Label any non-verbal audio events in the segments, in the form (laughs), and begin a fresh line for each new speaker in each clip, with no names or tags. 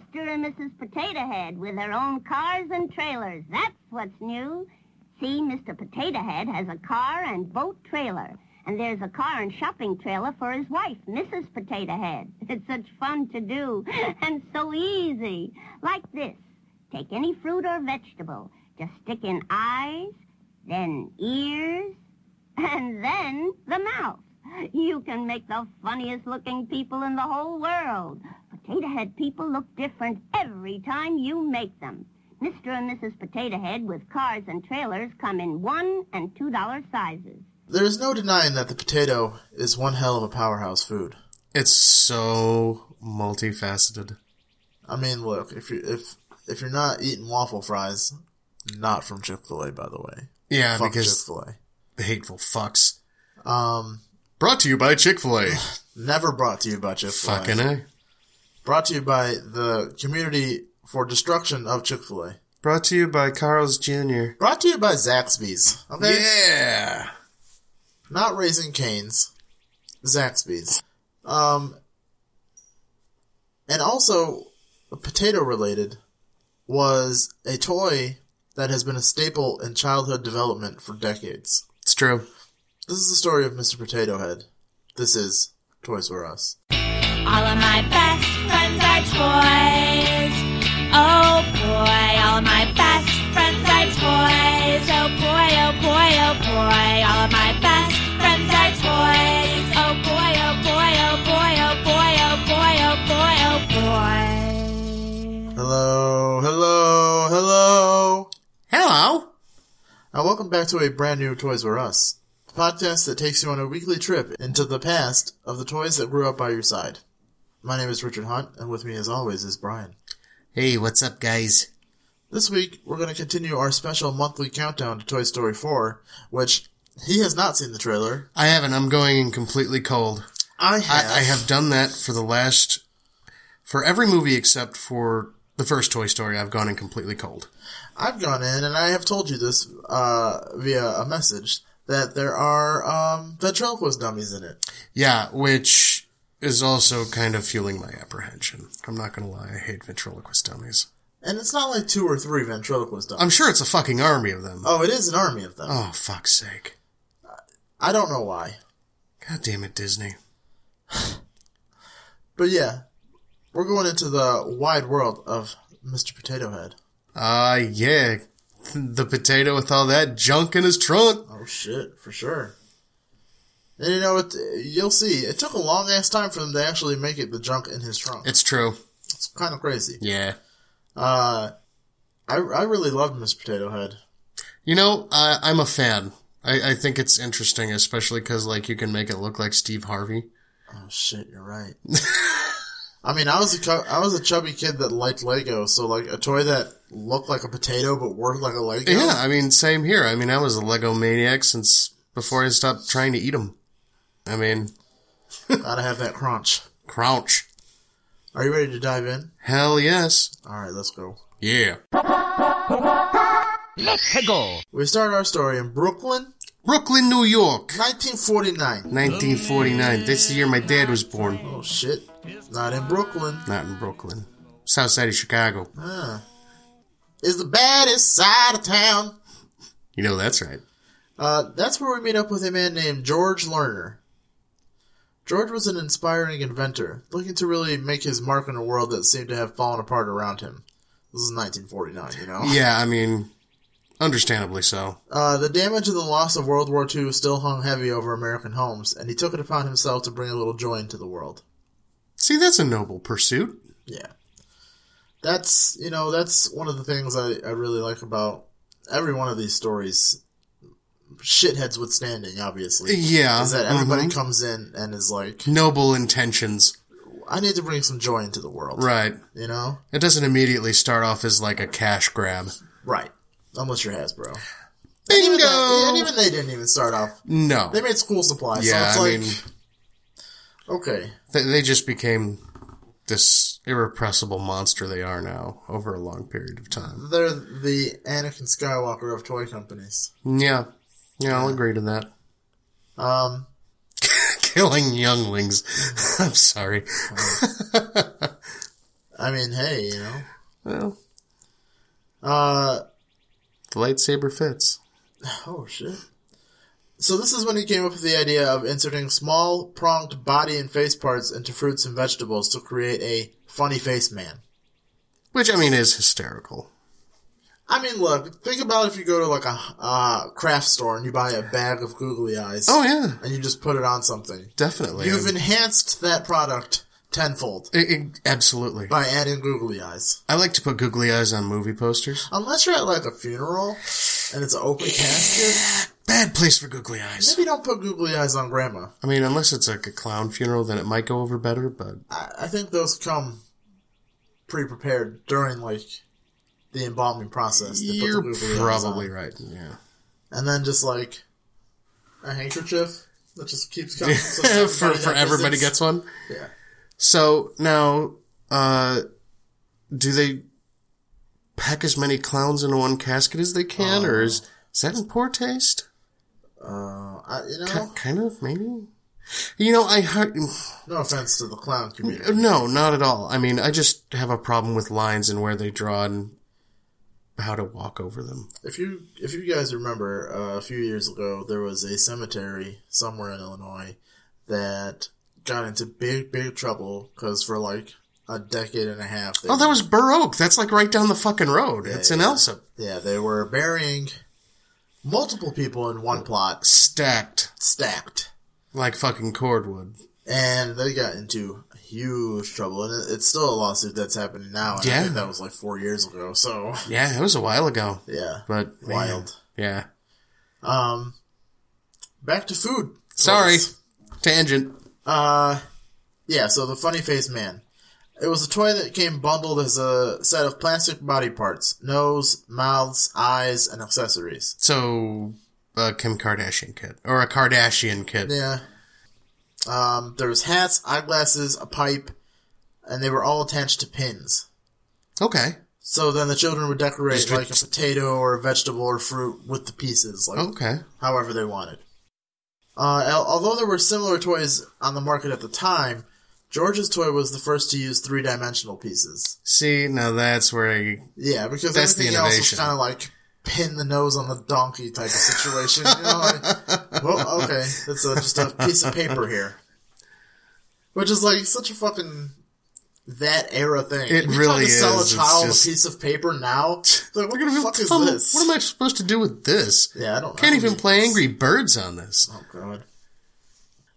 Mrs. Potato Head with her own cars and trailers. That's what's new. See, Mr. Potato Head has a car and boat trailer. And there's a car and shopping trailer for his wife, Mrs. Potato Head. (laughs) It's such fun to do (laughs) and so easy. Like this. Take any fruit or vegetable. Just stick in eyes, then ears, and then the mouth. You can make the funniest looking people in the whole world. Potato Head people look different every time you make them. Mr. and Mrs. Potato Head with cars and trailers come in one and two dollar sizes.
There is no denying that the potato is one hell of a powerhouse food.
It's so multifaceted.
I mean, look if you if if you're not eating waffle fries, not from Chick Fil A, by the way.
Yeah,
Fuck Chick
because
Fil
the hateful fucks.
A. Um,
Brought to you by Chick Fil (sighs) A.
never brought to you by Chick Fil A.
Fucking a.
Brought to you by the community for destruction of Chick Fil A.
Brought to you by Carl's Jr.
Brought to you by Zaxby's. Okay,
Yeah.
not raising canes, Zaxby's. Um, and also potato related was a toy that has been a staple in childhood development for decades.
It's true.
This is the story of Mr. Potato Head. This is Toys R Us.
All of my best friends are toys. Oh boy, all of my best friends are toys. Oh boy, oh boy, oh boy, all of my best friends are toys. Oh boy, oh boy, oh boy, oh boy, oh boy, oh boy, oh boy.
Hello, hello, hello,
Hello.
and welcome back to a brand new Toys R Us a podcast that takes you on a weekly trip into the past of the toys that grew up by your side. My name is Richard Hunt, and with me, as always, is Brian.
Hey, what's up, guys?
This week, we're going to continue our special monthly countdown to Toy Story 4, which he has not seen the trailer.
I haven't. I'm going in completely cold.
I have.
I, I have done that for the last, for every movie except for the first Toy Story. I've gone in completely cold.
I've gone in, and I have told you this uh, via a message that there are um, ventriloquist dummies in it.
Yeah, which is also kind of fueling my apprehension. I'm not gonna lie. I hate ventriloquist dummies.
And it's not like two or three ventriloquist dummies.
I'm sure it's a fucking army of them.
Oh, it is an army of them.
Oh, fuck's sake.
I don't know why.
God damn it, Disney.
But yeah, we're going into the wide world of Mr. Potato Head.
Ah, yeah. The potato with all that junk in his trunk.
Oh shit, for sure. And you know, it, you'll see. It took a long ass time for them to actually make it the junk in his trunk.
It's true.
It's kind of crazy.
Yeah.
Uh, I I really loved Mr. Potato Head.
You know, I, I'm a fan. I, I think it's interesting, especially because like you can make it look like Steve Harvey.
Oh shit, you're right. (laughs) I mean, I was a cu- I was a chubby kid that liked Lego, so like a toy that looked like a potato but worked like a Lego.
Yeah, I mean, same here. I mean, I was a Lego maniac since before I stopped trying to eat them. I mean,
(laughs) gotta have that crunch.
crouch.
Are you ready to dive in?
Hell yes.
All right, let's go.
Yeah.
We start our story in Brooklyn,
Brooklyn, New York,
1949.
1949. That's the year my dad was born.
Oh shit, not in Brooklyn.
Not in Brooklyn. South side of Chicago.
is the baddest side of town.
You know that's right.
Uh, that's where we meet up with a man named George Lerner. George was an inspiring inventor, looking to really make his mark in a world that seemed to have fallen apart around him. This is 1949, you know?
Oh. Yeah, I mean, understandably so.
Uh, the damage of the loss of World War II still hung heavy over American homes, and he took it upon himself to bring a little joy into the world.
See, that's a noble pursuit.
Yeah. That's, you know, that's one of the things I, I really like about every one of these stories. Shitheads withstanding, obviously.
Yeah.
Is that everybody
mhm.
comes in and is like,
Noble intentions.
I need to bring some joy into the world.
Right.
You know?
It doesn't immediately start off as like a cash grab.
Right. Unless you're Hasbro. Even that- and
Bingo!
even they didn't even start off.
No.
They made school supplies,
Yeah,
so
I
it's like,
mean,
okay.
th- they just became this irrepressible monster they are now over a long period of time.
They're the Anakin Skywalker of toy companies.
Yeah. Yeah, I'll agree to that. (laughs)
Um,
(laughs) Killing younglings. I'm sorry.
I mean, hey, you know.
Well,
Uh,
the lightsaber fits.
oh shit. So this is when he came up with the idea of inserting small, pronged body and face parts into fruits and vegetables to create a funny face man.
Which, I mean, is hysterical.
I mean, look, think about if you go to like a uh, craft store and you buy a bag of googly eyes.
Oh, yeah.
And you just put it on something.
Definitely. Um,
You've enhanced that product tenfold
I- I- absolutely.
by adding googly eyes.
I like to put googly eyes on movie posters.
Unless you're at like a funeral and it's an open casket,
Bad place for googly eyes.
maybe don't put googly eyes on grandma.
I mean, unless it's like a clown funeral, then it might go over better, but
I, I think those come pre-prepared during like the embalming process. They put the
you're
googly eyes
probably
on.
right. Yeah.
And then just like a handkerchief that just
(laughs)
keeps coming. so
(laughs) for
everybody
for
that
everybody
visits-
gets one.
Yeah.
So now, uh, do they pack as many clowns into one casket as they can, or is, is that in poor taste?
Uh, I, you
Ki-
know,
kind of, maybe. You know, I heard
no offense to the clown community.
no, not at all. I mean, I just have a problem with lines and where they draw and how to walk over them.
If you if you guys remember, uh, a few years ago there was a cemetery somewhere in Illinois that got into big big trouble because for like a decade and a half. They
Oh, that was Burr Oak. That's like right down the fucking road. it's in Elsa.
yeah. They were burying multiple people in one plot,
Stacked
stacked,
like fucking cordwood.
and they got into huge trouble. And it- it's still a lawsuit that's happening now. And I
Yeah.
think that was like four years ago. So
Yeah, it was a while ago.
yeah,
But man,
Wild.
yeah.
um, back to food.
Sorry.
folks.
Tangent.
Uh, yeah, so the funny face man. It was a toy that came bundled as a set of plastic body parts nose, mouths, eyes, and accessories.
So, a Kim Kardashian kit. Or a Kardashian kit.
Yeah. Um, there was hats, eyeglasses, a pipe, and they were all attached to pins.
Okay.
So then the children would decorate
Just-
like a potato or a vegetable or fruit with the pieces, like
Okay.
however they wanted. Uh, al- although there were similar toys on the market at the time, George's toy was the first to use three dimensional pieces.
See, now that's where I.
Yeah, because
That's the
everything else is
innovation.
kind of like pin the nose on the donkey type of situation. you know, like, well, okay, it's a, just a piece of paper here, which is like such a fucking that era thing.
It
If you tried
really
to Sell a
is, it's
child
just-
a piece of paper now. it's Like, what
What
the fuck is
am-
this?
What am I supposed to do with this?
Yeah, I don't. I
Can't
don't
even
need
play
this.
Angry Birds on this.
Oh god.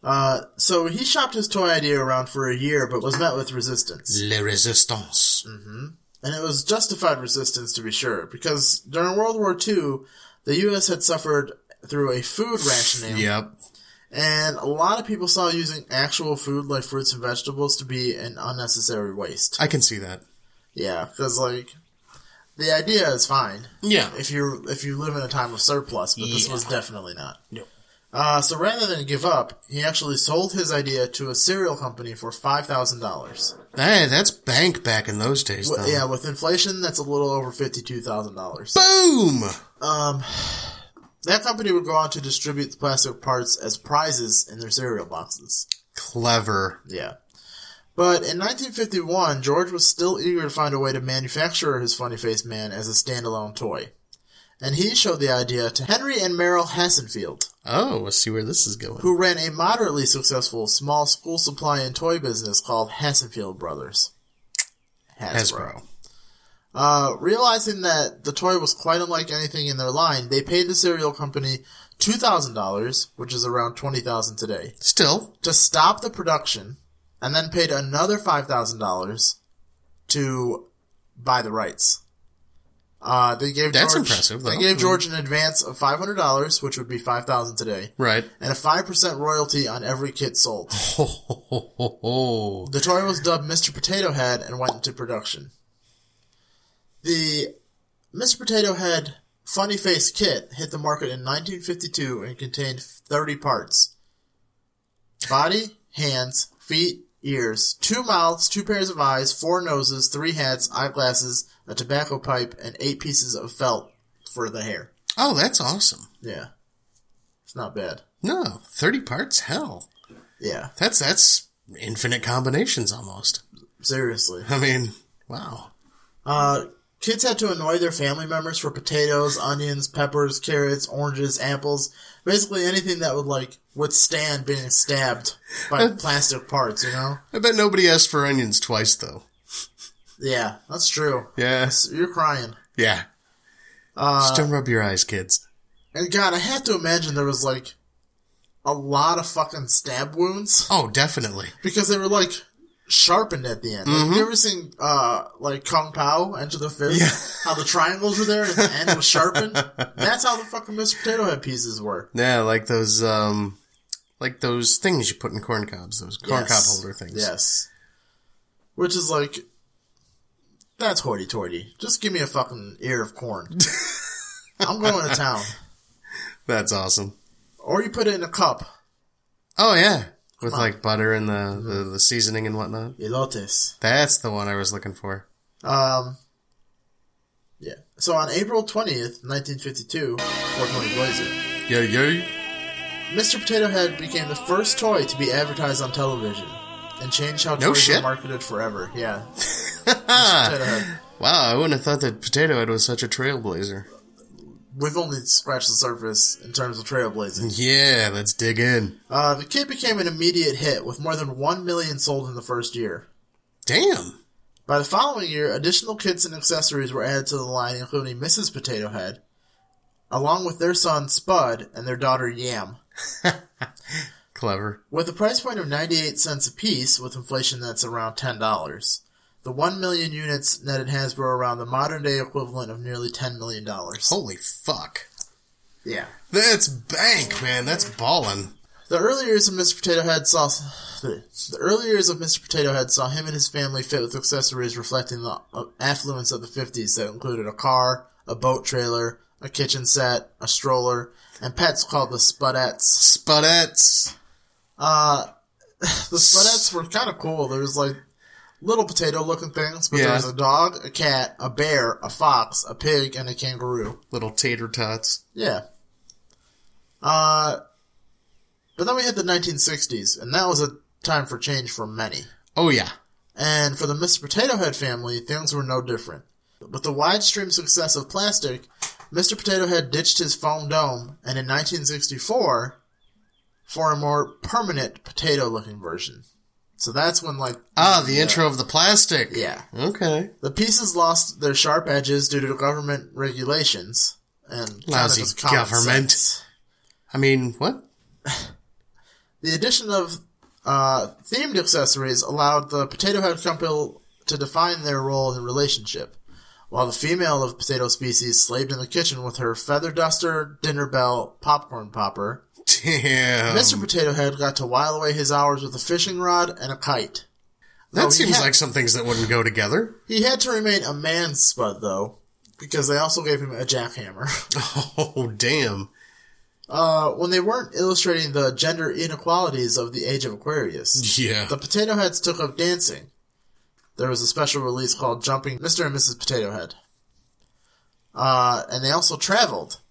Uh, so he shopped his toy idea around for a year, but was met with resistance.
Le Resistance.
And it was justified resistance, to be sure, because during World War II, the U.S. had suffered through a food rationing,
Yep.
and a lot of people saw using actual food like fruits and vegetables to be an unnecessary waste.
I can see that.
Yeah, because like the idea is fine
Yeah.
if you if you live in a time of surplus, but this
Yeah.
was definitely not.
No.
Uh, so rather than give up, he actually sold his idea to a cereal company for five thousand dollars.
Hey, that's bank back in those days, though.
Yeah, with inflation, that's a little over fifty-two thousand dollars.
Boom!
That company would go on to distribute the plastic parts as prizes in their cereal boxes.
Clever.
Yeah. But in 1951, George was still eager to find a way to manufacture his Funny Face Man as a standalone toy. And he showed the idea to Henry and Merrill Hassenfield.
Oh, let's see where this is going.
who ran a moderately successful small school supply and toy business called Hassenfield Brothers.
Hasbro.
Uh, realizing that the toy was quite unlike anything in their line, they paid the cereal company $2,000, which is around 20000 today,
Still,
to stop the production, and then paid another $5,000 to buy the rights. Uh, they gave
That's
George,
impressive, though.
They gave George an advance of $500, which would be 5000 today
right.
and a 5% royalty on every kit sold.
Ho, ho, ho, ho, ho.
The toy was dubbed Mr. Potato Head and went into production. The Mr. Potato Head Funny Face kit hit the market in 1952 and contained 30 parts body, hands, feet, ears, two mouths, two pairs of eyes, four noses, three hats, eyeglasses, a tobacco pipe, and eight pieces of felt for the hair.
Oh, that's awesome.
Yeah. It's not bad.
No, 30 parts? Hell.
Yeah,
That's that's infinite combinations almost.
seriously.
I mean, Wow.
Uh, kids had to annoy their family members for potatoes, onions, peppers, carrots, oranges, apples, basically anything that would like withstand being stabbed by plastic parts. You know?
I bet nobody asked for onions twice though.
Yeah, that's true.
Yes. Uh,
You're crying.
Yeah. Just don't rub your eyes, kids.
And God, I have to imagine there was like a lot of fucking stab wounds
Oh, definitely.
because they were like sharpened at the end. Like, you ever seen uh, like Kung Pao Enter the Fist? How the triangles were there and the end was sharpened. That's how the fucking Mr. Potato Head pieces were.
Yeah, like those um like those things you put in corn cobs, those corn
Yes.
cob holder things.
Yes. Which is like, that's hoity toity. Just give me a fucking ear of
(laughs)
corn. I'm going to town.
That's awesome.
Or you put it in a cup.
Oh yeah. With like butter and the,
Mm-hmm.
the, the seasoning and whatnot.
Elotes.
That's the one I was looking for.
Um, yeah. So on April 20th, 1952, 420 Blazer,
Yeah, yeah.
Mr. Potato Head became the first toy to be advertised on television and changed how
No
toys
shit.
were marketed forever. Yeah.
(laughs)
Mr. Potato Head.
Wow, I wouldn't have thought that Potato Head was such a trailblazer.
We've only scratched the surface in terms of trailblazing.
Yeah, let's dig in.
Uh, the kid became an immediate hit with more than 1 million sold in the first year.
Damn.
By the following year, additional kits and accessories were added to the line, including Mrs. Potato Head, along with their son Spud and their daughter Yam.
Clever.
With a price point of 98 cents apiece, with inflation that's around $10, the 1 million units netted Hasbro around the modern day equivalent of nearly $10 million.
Holy fuck.
Yeah.
That's bank, man. That's ballin'.
The early years of Mr. Potato Head saw the, the early years of Mr. Potato Head saw him and his family fit with accessories reflecting the uh, affluence of the 50s that included a car, a boat trailer, a kitchen set, a stroller, and pets called the Spudettes.
Spudettes.
The spudettes were kind of cool. There was like little potato looking things, but there
Yeah.
was a dog, a cat, a bear, a fox, a pig, and a kangaroo.
Little tater tots.
Yeah. Uh, but then we hit the 1960s, and that was a time for change for many.
Oh, yeah.
And for the Mr. Potato Head family, things were no different. With the widestream success of plastic, Mr. Potato Head ditched his foam dome, and in 1964, for a more permanent potato-looking version. So that's when, like,
Ah, the intro of the plastic.
yeah,
Okay.
the pieces lost their sharp edges due to government regulations and kinda
Lousy
just common
government.
sense.
I mean, what?
The addition of uh, themed accessories allowed the Potato Head Company to define their role in the relationship, while the female of potato species slaved in the kitchen with her feather duster, dinner bell, popcorn popper.
Damn.
Mr. Potato Head got to while away his hours with a fishing rod and a kite.
that
Oh,
seems
yeah.
like some things that wouldn't
(laughs)
go together.
He had to remain a man's spud, though, because they also gave him a jackhammer. (laughs)
Oh, damn.
Uh, when they weren't illustrating the gender inequalities of the Age of Aquarius,
Yeah.
the Potato Heads took up dancing. There was a special release called Jumping Mr. and Mrs. Potato Head. Uh, and they also traveled.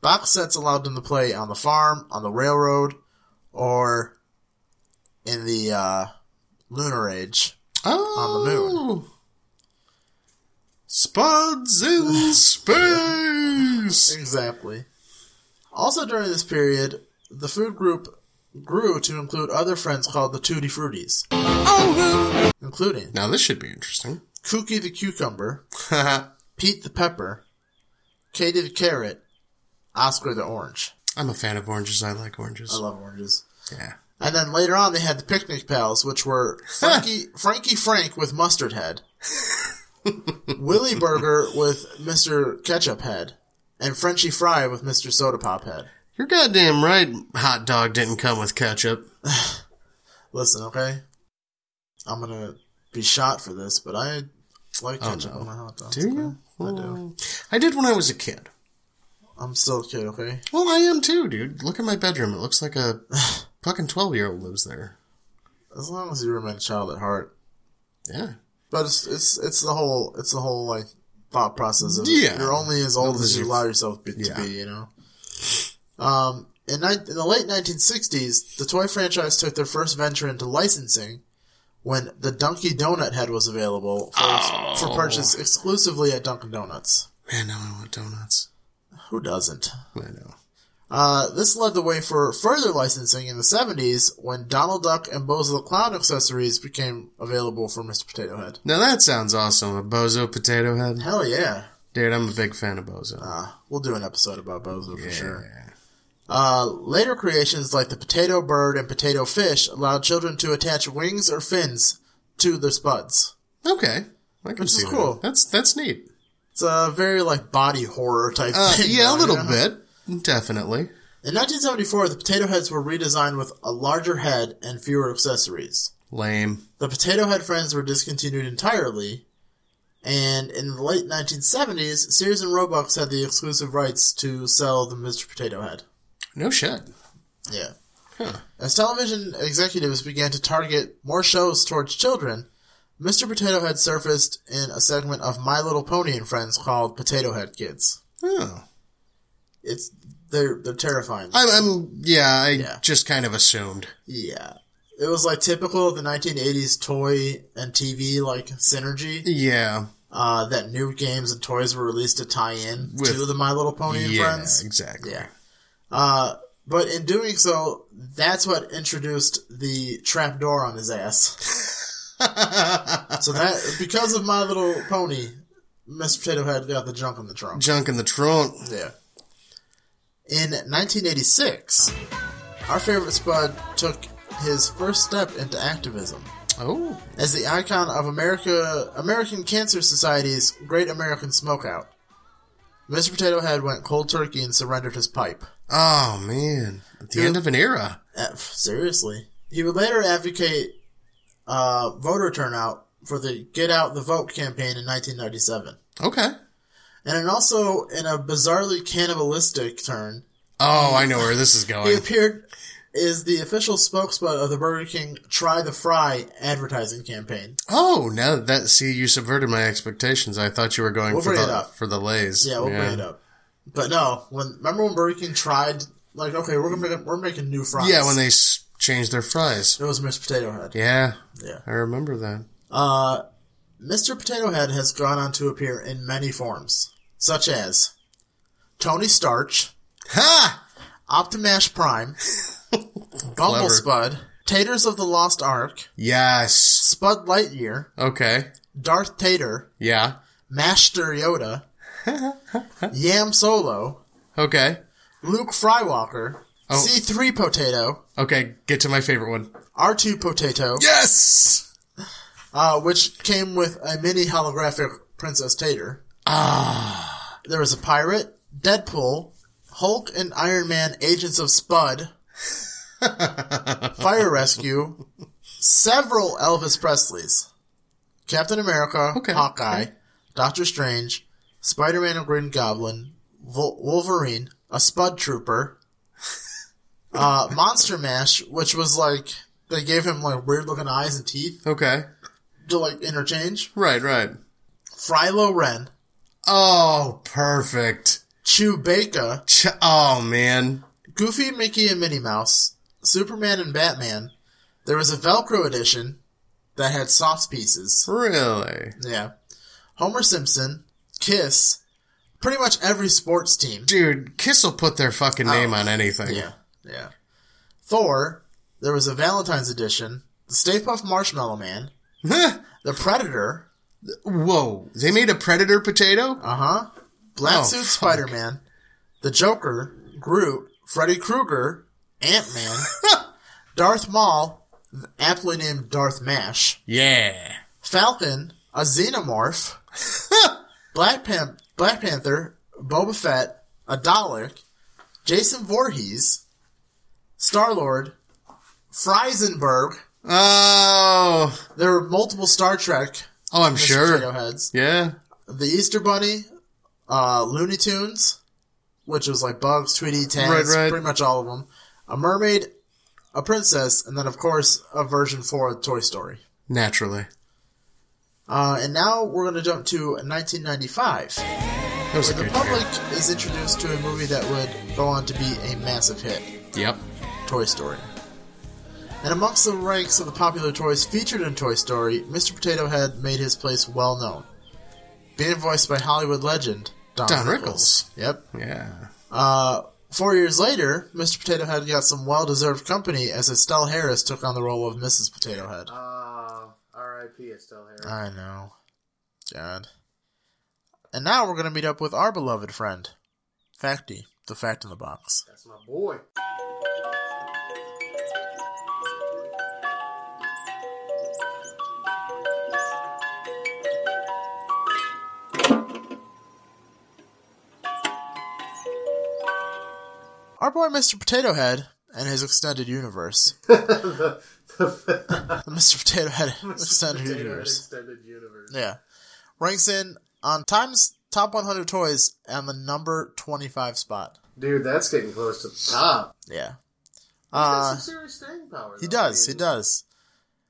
Box sets allowed them to play on the farm, on the railroad, or in the uh, lunar age.
oh.
the moon. (laughs)
Spuds in space.
Exactly. Also during this period, the food group grew to include other friends called the Tutti Fruities, Oh, including
Now, this should be interesting. (laughs)
Kooky the Cucumber, Pete the Pepper, Katie the Carrot, Oscar the Orange.
I'm a fan of oranges. I like
I
oranges.
love oranges.
Yeah.
And then later on, they had the Picnic Pals, which
(laughs)
were Frankie, Frankie Frank with Mustard Head, Willy Burger with Mr. Ketchup Head, and Frenchie Fry with Mr. Soda Pop Head.
You're goddamn right. Hot dog didn't come with ketchup.
Listen, okay? I'm gonna be shot for this, but I like ketchup on my hot dogs.
Oh, Do you? Oh.
I do.
I did when I was a kid.
I'm still a kid, okay?
Well, I am too, dude. Look at my bedroom. It looks like a (sighs) fucking 12 year old lives there.
As long as you remain a child at heart.
Yeah.
But it's it's it's the whole it's the whole like thought process of
Yeah.
you're only as old
Old
as
as
you
you-
allow yourself be, to
Yeah.
be, you know. Um, in, ni- in the late 1960s, the toy franchise took their first venture into licensing when the Dunky Donut head was available for,
Oh.
for purchase exclusively at Dunkin' Donuts.
Man, now I want donuts.
Who doesn't?
I know.
Uh, this led the way for further licensing in the 70s when Donald Duck and Bozo the Clown accessories became available for Mr. Potato Head.
Now that sounds awesome. A bozo potato head.
Hell yeah.
Dude, I'm a big fan of bozo.
Uh, we'll do an episode about Bozo for
yeah.
sure. Uh, later creations like the potato bird and potato fish allowed children to attach wings or fins to their spuds.
Okay. I
Which
can
is
see that.
cool.
That's that's neat.
(laughs) It's a very like body horror type
Uh,
thing.
yeah, a
though,
little
you know?
bit. Definitely.
In 1974, the potato heads were redesigned with a larger head and fewer accessories.
Lame.
The potato head friends were discontinued entirely, and in the late 1970s, Sears and Roebuck had the exclusive rights to sell the Mr. Potato Head.
No shit.
Yeah.
Huh.
As television executives began to target more shows towards children, Mr. Potato Head surfaced in a segment of My Little Pony and Friends called Potato Head Kids.
Oh.
It's they're they're terrifying.
I'm, I'm yeah, I
Yeah.
just kind of assumed.
yeah. It was like typical of the 1980s toy and TV like synergy.
Yeah.
uh, that new games and toys were released to tie in
With-
to the My Little Pony and
yeah,
Friends.
exactly.
Yeah. Uh, but in doing so, that's what introduced the trapdoor on his ass. so that because of My Little Pony, Mr. Potato Head got the junk in the trunk.
Junk in the trunk.
Yeah. In 1986, our favorite Spud took his first step into activism
Oh.
as the icon of America American Cancer Society's Great American Smokeout. Mr. Potato Head went cold turkey and surrendered his pipe.
Oh man. At the end of an era.
Eh, seriously. He would later advocate uh, voter turnout for the Get Out the Vote campaign in 1997.
Okay.
And then also, in a bizarrely cannibalistic turn,
Oh, I know where this is
he
going.
appeared as the official spokesman of the Burger King Try the Fry advertising campaign.
Oh, now that see you subverted my expectations. I thought you were going
We'll
for
bring it
the
up.
for the lays.
Yeah, we'll bring it up. But no, when remember when Burger King tried like, okay, we're gonna make, we're making new fries.
Yeah, when they s- changed their fries.
it was Mr. Potato Head.
Yeah,
Yeah.
I remember that.
Uh, Mr. Potato Head has gone on to appear in many forms, such as Tony Starch,
Ha!
Optimash
(laughs)
Prime,
Clever.
Bumble Spud, Taters of the Lost Ark,
Yes.
Spud Lightyear,
Okay.
Darth Tater,
Yeah.
Master
(laughs)
Yoda, Yam Solo,
Okay.
Luke Frywalker,
Oh.
C3 Potato,
Okay. Get to my favorite one.
R2 Potato,
Yes.
uh, which came with a mini holographic Princess Tater. Ah. There was a pirate, Deadpool, Hulk and Iron Man Agents of Spud,
(laughs)
Fire Rescue, several Elvis Presleys, Captain America,
Okay,
Hawkeye, Doctor Strange, Spider Man and Green Goblin, Vol- Wolverine, a Spud
(laughs)
Trooper, uh, Monster Mash, which was like, they gave him like weird looking eyes and teeth
Okay.
to like interchange.
Right. Right.
Frilo Ren,
Oh, perfect.
Chewbacca,
Ch- oh man.
Goofy, Mickey, and Minnie Mouse, Superman and Batman. There was a Velcro edition that had soft pieces.
Really.
Yeah. Homer Simpson, Kiss, pretty much every sports team.
Dude, Kiss will put their fucking name on anything.
Oh, Yeah, yeah. Thor, there was a Valentine's edition, the Stay Puft Marshmallow Man,
(laughs) Huh.
the Predator,
Whoa. They made a predator potato?
Uh huh. Black
Oh,
Suit
fuck.
Spider Man, The Joker, Groot, Freddy Krueger, Ant
(laughs)
Man, Darth Maul, aptly named Darth Mash,
Yeah.
Falcon, a
(laughs)
Xenomorph, Black, Pan- Black Panther, Boba Fett, a Dalek, Jason Voorhees, Star Lord, Freisenberg.
Oh.
There were multiple Star Trek
Oh, I'm
Mr.
sure.
Potato Heads.
Yeah.
the Easter Bunny, uh, Looney Tunes, which was like Bugs, Tweety, Taz,
Right, right.
pretty much all of them. A mermaid, a princess, and then of course a version four of Toy Story.
Naturally.
Uh, and now we're going to jump to 1995,
That was a
where the
good
public is introduced to a movie that would go on to be a massive hit,
year. Yep.
Toy Story. And amongst the ranks of the popular toys featured in Toy Story, Mr. Potato Head made his place well known. Being voiced by Hollywood legend Don,
Don
Rickles. Yep.
Yeah.
Uh, four years later, Mr. Potato Head got some well deserved company as Estelle Harris took on the role of Mrs. Potato Head.
Uh, R.I.P. Estelle Harris.
I know. God. And now we're going to meet up with our beloved friend, Facty, the Fact in the Box.
That's my boy.
Our boy, Mr. Potato Head, and his extended
(laughs)
universe. (laughs)
the, the
Mr. Potato Head extended
Potato Head
universe.
Extended universe.
Yeah. Ranks in on Time's Top 100 Toys and the number 25 spot.
Dude, that's getting close to the top.
Yeah.
That's
Uh,
some serious staying power.
he
though.
does.
I
He
mean,
does.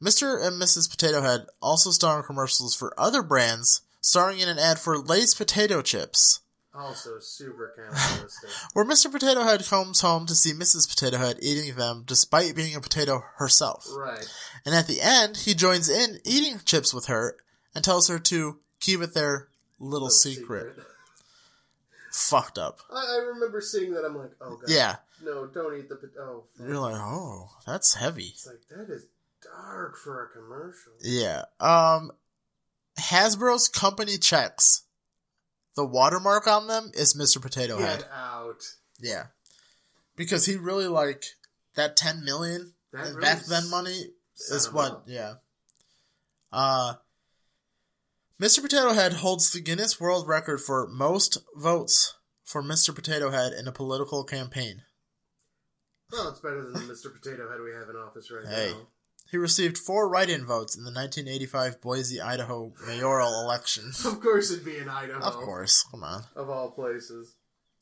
Mr. and Mrs. Potato Head also star in commercials for other brands, starring in an ad for Lay's Potato Chips,
Also super
(laughs)
capitalistic.
where Mr. Potato Head comes home to see Mrs. Potato Head eating them despite being a potato herself.
right.
And at the end, he joins in eating chips with her and tells her to keep it their little, secret. Fucked up.
(laughs) I, I remember seeing that. I'm like, oh god.
Yeah.
No, don't eat the. pot- Oh. fuck.
You're like, oh, that's heavy.
It's like that is dark for a commercial.
Yeah. Um, Hasbro's company checks. The watermark on them is Mr. Potato Head.
Get out.
Yeah. Because he really like that ten million
That
in
really
back then
s-
money
set
is
him
what
up.
yeah. Uh Mr. Potato Head holds the Guinness World Record for most votes for Mr. Potato Head in a political campaign.
Well, it's better than the Mr. Potato Head we have in office right
Hey.
now. (laughs)
He received four write-in votes in the 1985 Boise, Idaho mayoral
(laughs)
election.
Of course, it'd be in Idaho.
Of course, come on.
Of all places.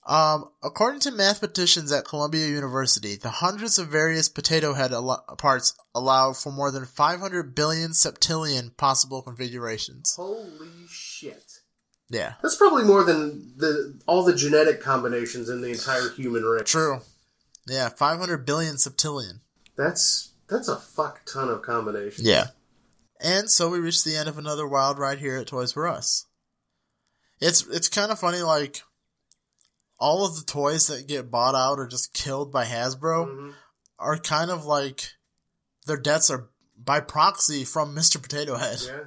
Um, according to mathematicians at Columbia University, the hundreds of various potato head al- parts allow for more than 500 billion septillion possible configurations.
Holy shit.
Yeah.
That's probably more than the all the genetic combinations in the entire human race.
True. Yeah, 500 billion septillion.
That's that's a fuck ton of combinations.
And so we reach the end of another wild ride here at Toys R Us. It's it's kind of funny like all of the toys that get bought out or just killed by Hasbro
Mhm.
are kind of like their deaths are by proxy from Mr. Potato Head.
Yeah.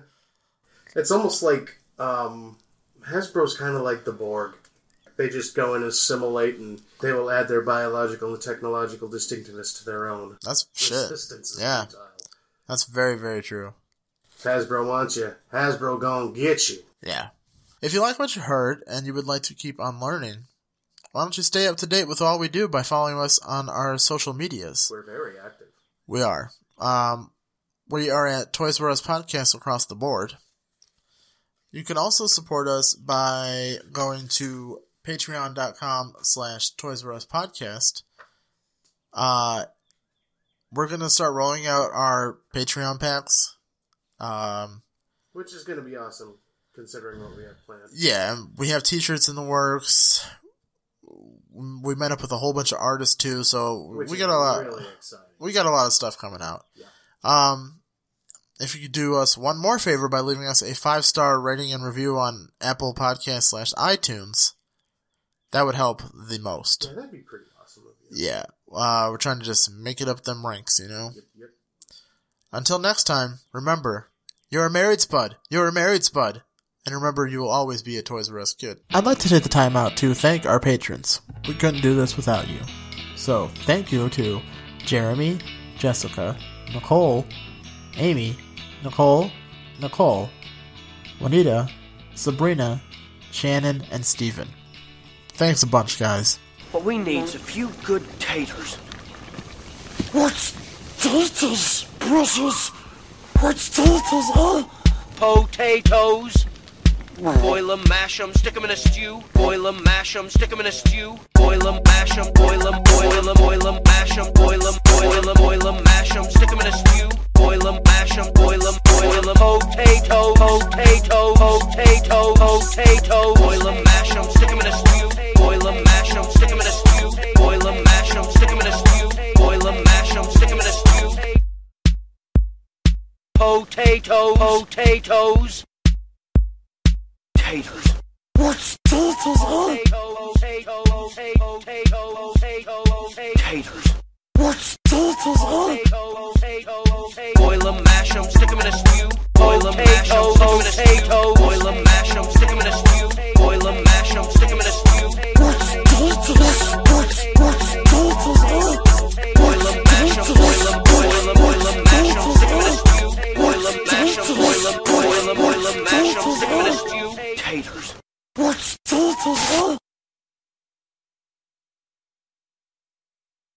It's almost like um, Hasbro's kind of like the Borg. They just go and assimilate, and they will add their biological and technological distinctiveness to their own.
That's shit.
Resistance is
Yeah.
futile.
That's very, very true.
Hasbro wants you. Hasbro gon' get you.
Yeah. If you like what you heard and you would like to keep on learning, why don't you stay up to date with all we do by following us on our social medias?
We're very active.
We are. Um, we are at Toys R Us Podcast across the board. You can also support us by going to patreon.com slash Toys R Us Podcast. Uh, we're going to start rolling out our Patreon packs. Um,
Which is going to be awesome, considering what we have planned.
yeah, we have t-shirts in the works. We met up with a whole bunch of artists too, so
Which
we
is
got a lot.
really exciting.
We got a lot of stuff coming out.
Yeah.
Um, if you could do us one more favor by leaving us a five star rating and review on Apple Podcast slash iTunes, that would help the most.
Yeah, that'd be pretty awesome of you.
Yeah, uh, we're trying to just make it up them ranks, you know.
Yep, yep.
Until next time, remember, you're a married spud. You're a married spud. And remember, you will always be a Toys R Us kid. I'd like to take the time out to thank our patrons. We couldn't do this without you. So, thank you to Jeremy, Jessica, Nicole, Amy, Nicole, Nicole, Juanita, Sabrina, Shannon, and Steven. Thanks a bunch, guys.
What we need's a few good taters.
What's taters, precious? What's taters, huh?
Potatoes. Boil 'em, mash 'em, stick 'em in a stew. Boil 'em, mash 'em, stick 'em in a stew. Boil 'em, mash 'em, boil 'em, boil 'em, boil 'em, mash 'em, boil 'em, boil 'em, boil 'em, mash 'em, stick 'em in a stew. Boil 'em, mash 'em, boil 'em, boil 'em. Potato, potato, potato, potato. Boil 'em, mash 'em, stick 'em in a stew. Boil 'em, mash 'em, stick 'em in a stew. Boil 'em, mash 'em, stick 'em in a stew. Boil 'em, mash 'em, stick 'em in a stew. Potatoes. Potatoes. Potatoes.
What's turtles, huh?
Taters.
What's turtles, huh?
Boil 'em, mash 'em, stick 'em in a stew. Boil 'em, mash 'em, stick 'em in a stew. Boil 'em, mash 'em, stick 'em in a stew. Boil 'em, mash 'em, stick 'em in a stew.
What's turtles? What's what's turtles, huh?
Boil 'em, mash 'em, boil 'em, boil 'em, boil 'em, mash 'em, stick 'em in a stew. Boil 'em, mash 'em, boil 'em, boil 'em, boil 'em, mash 'em, stick 'em in a stew. Taters.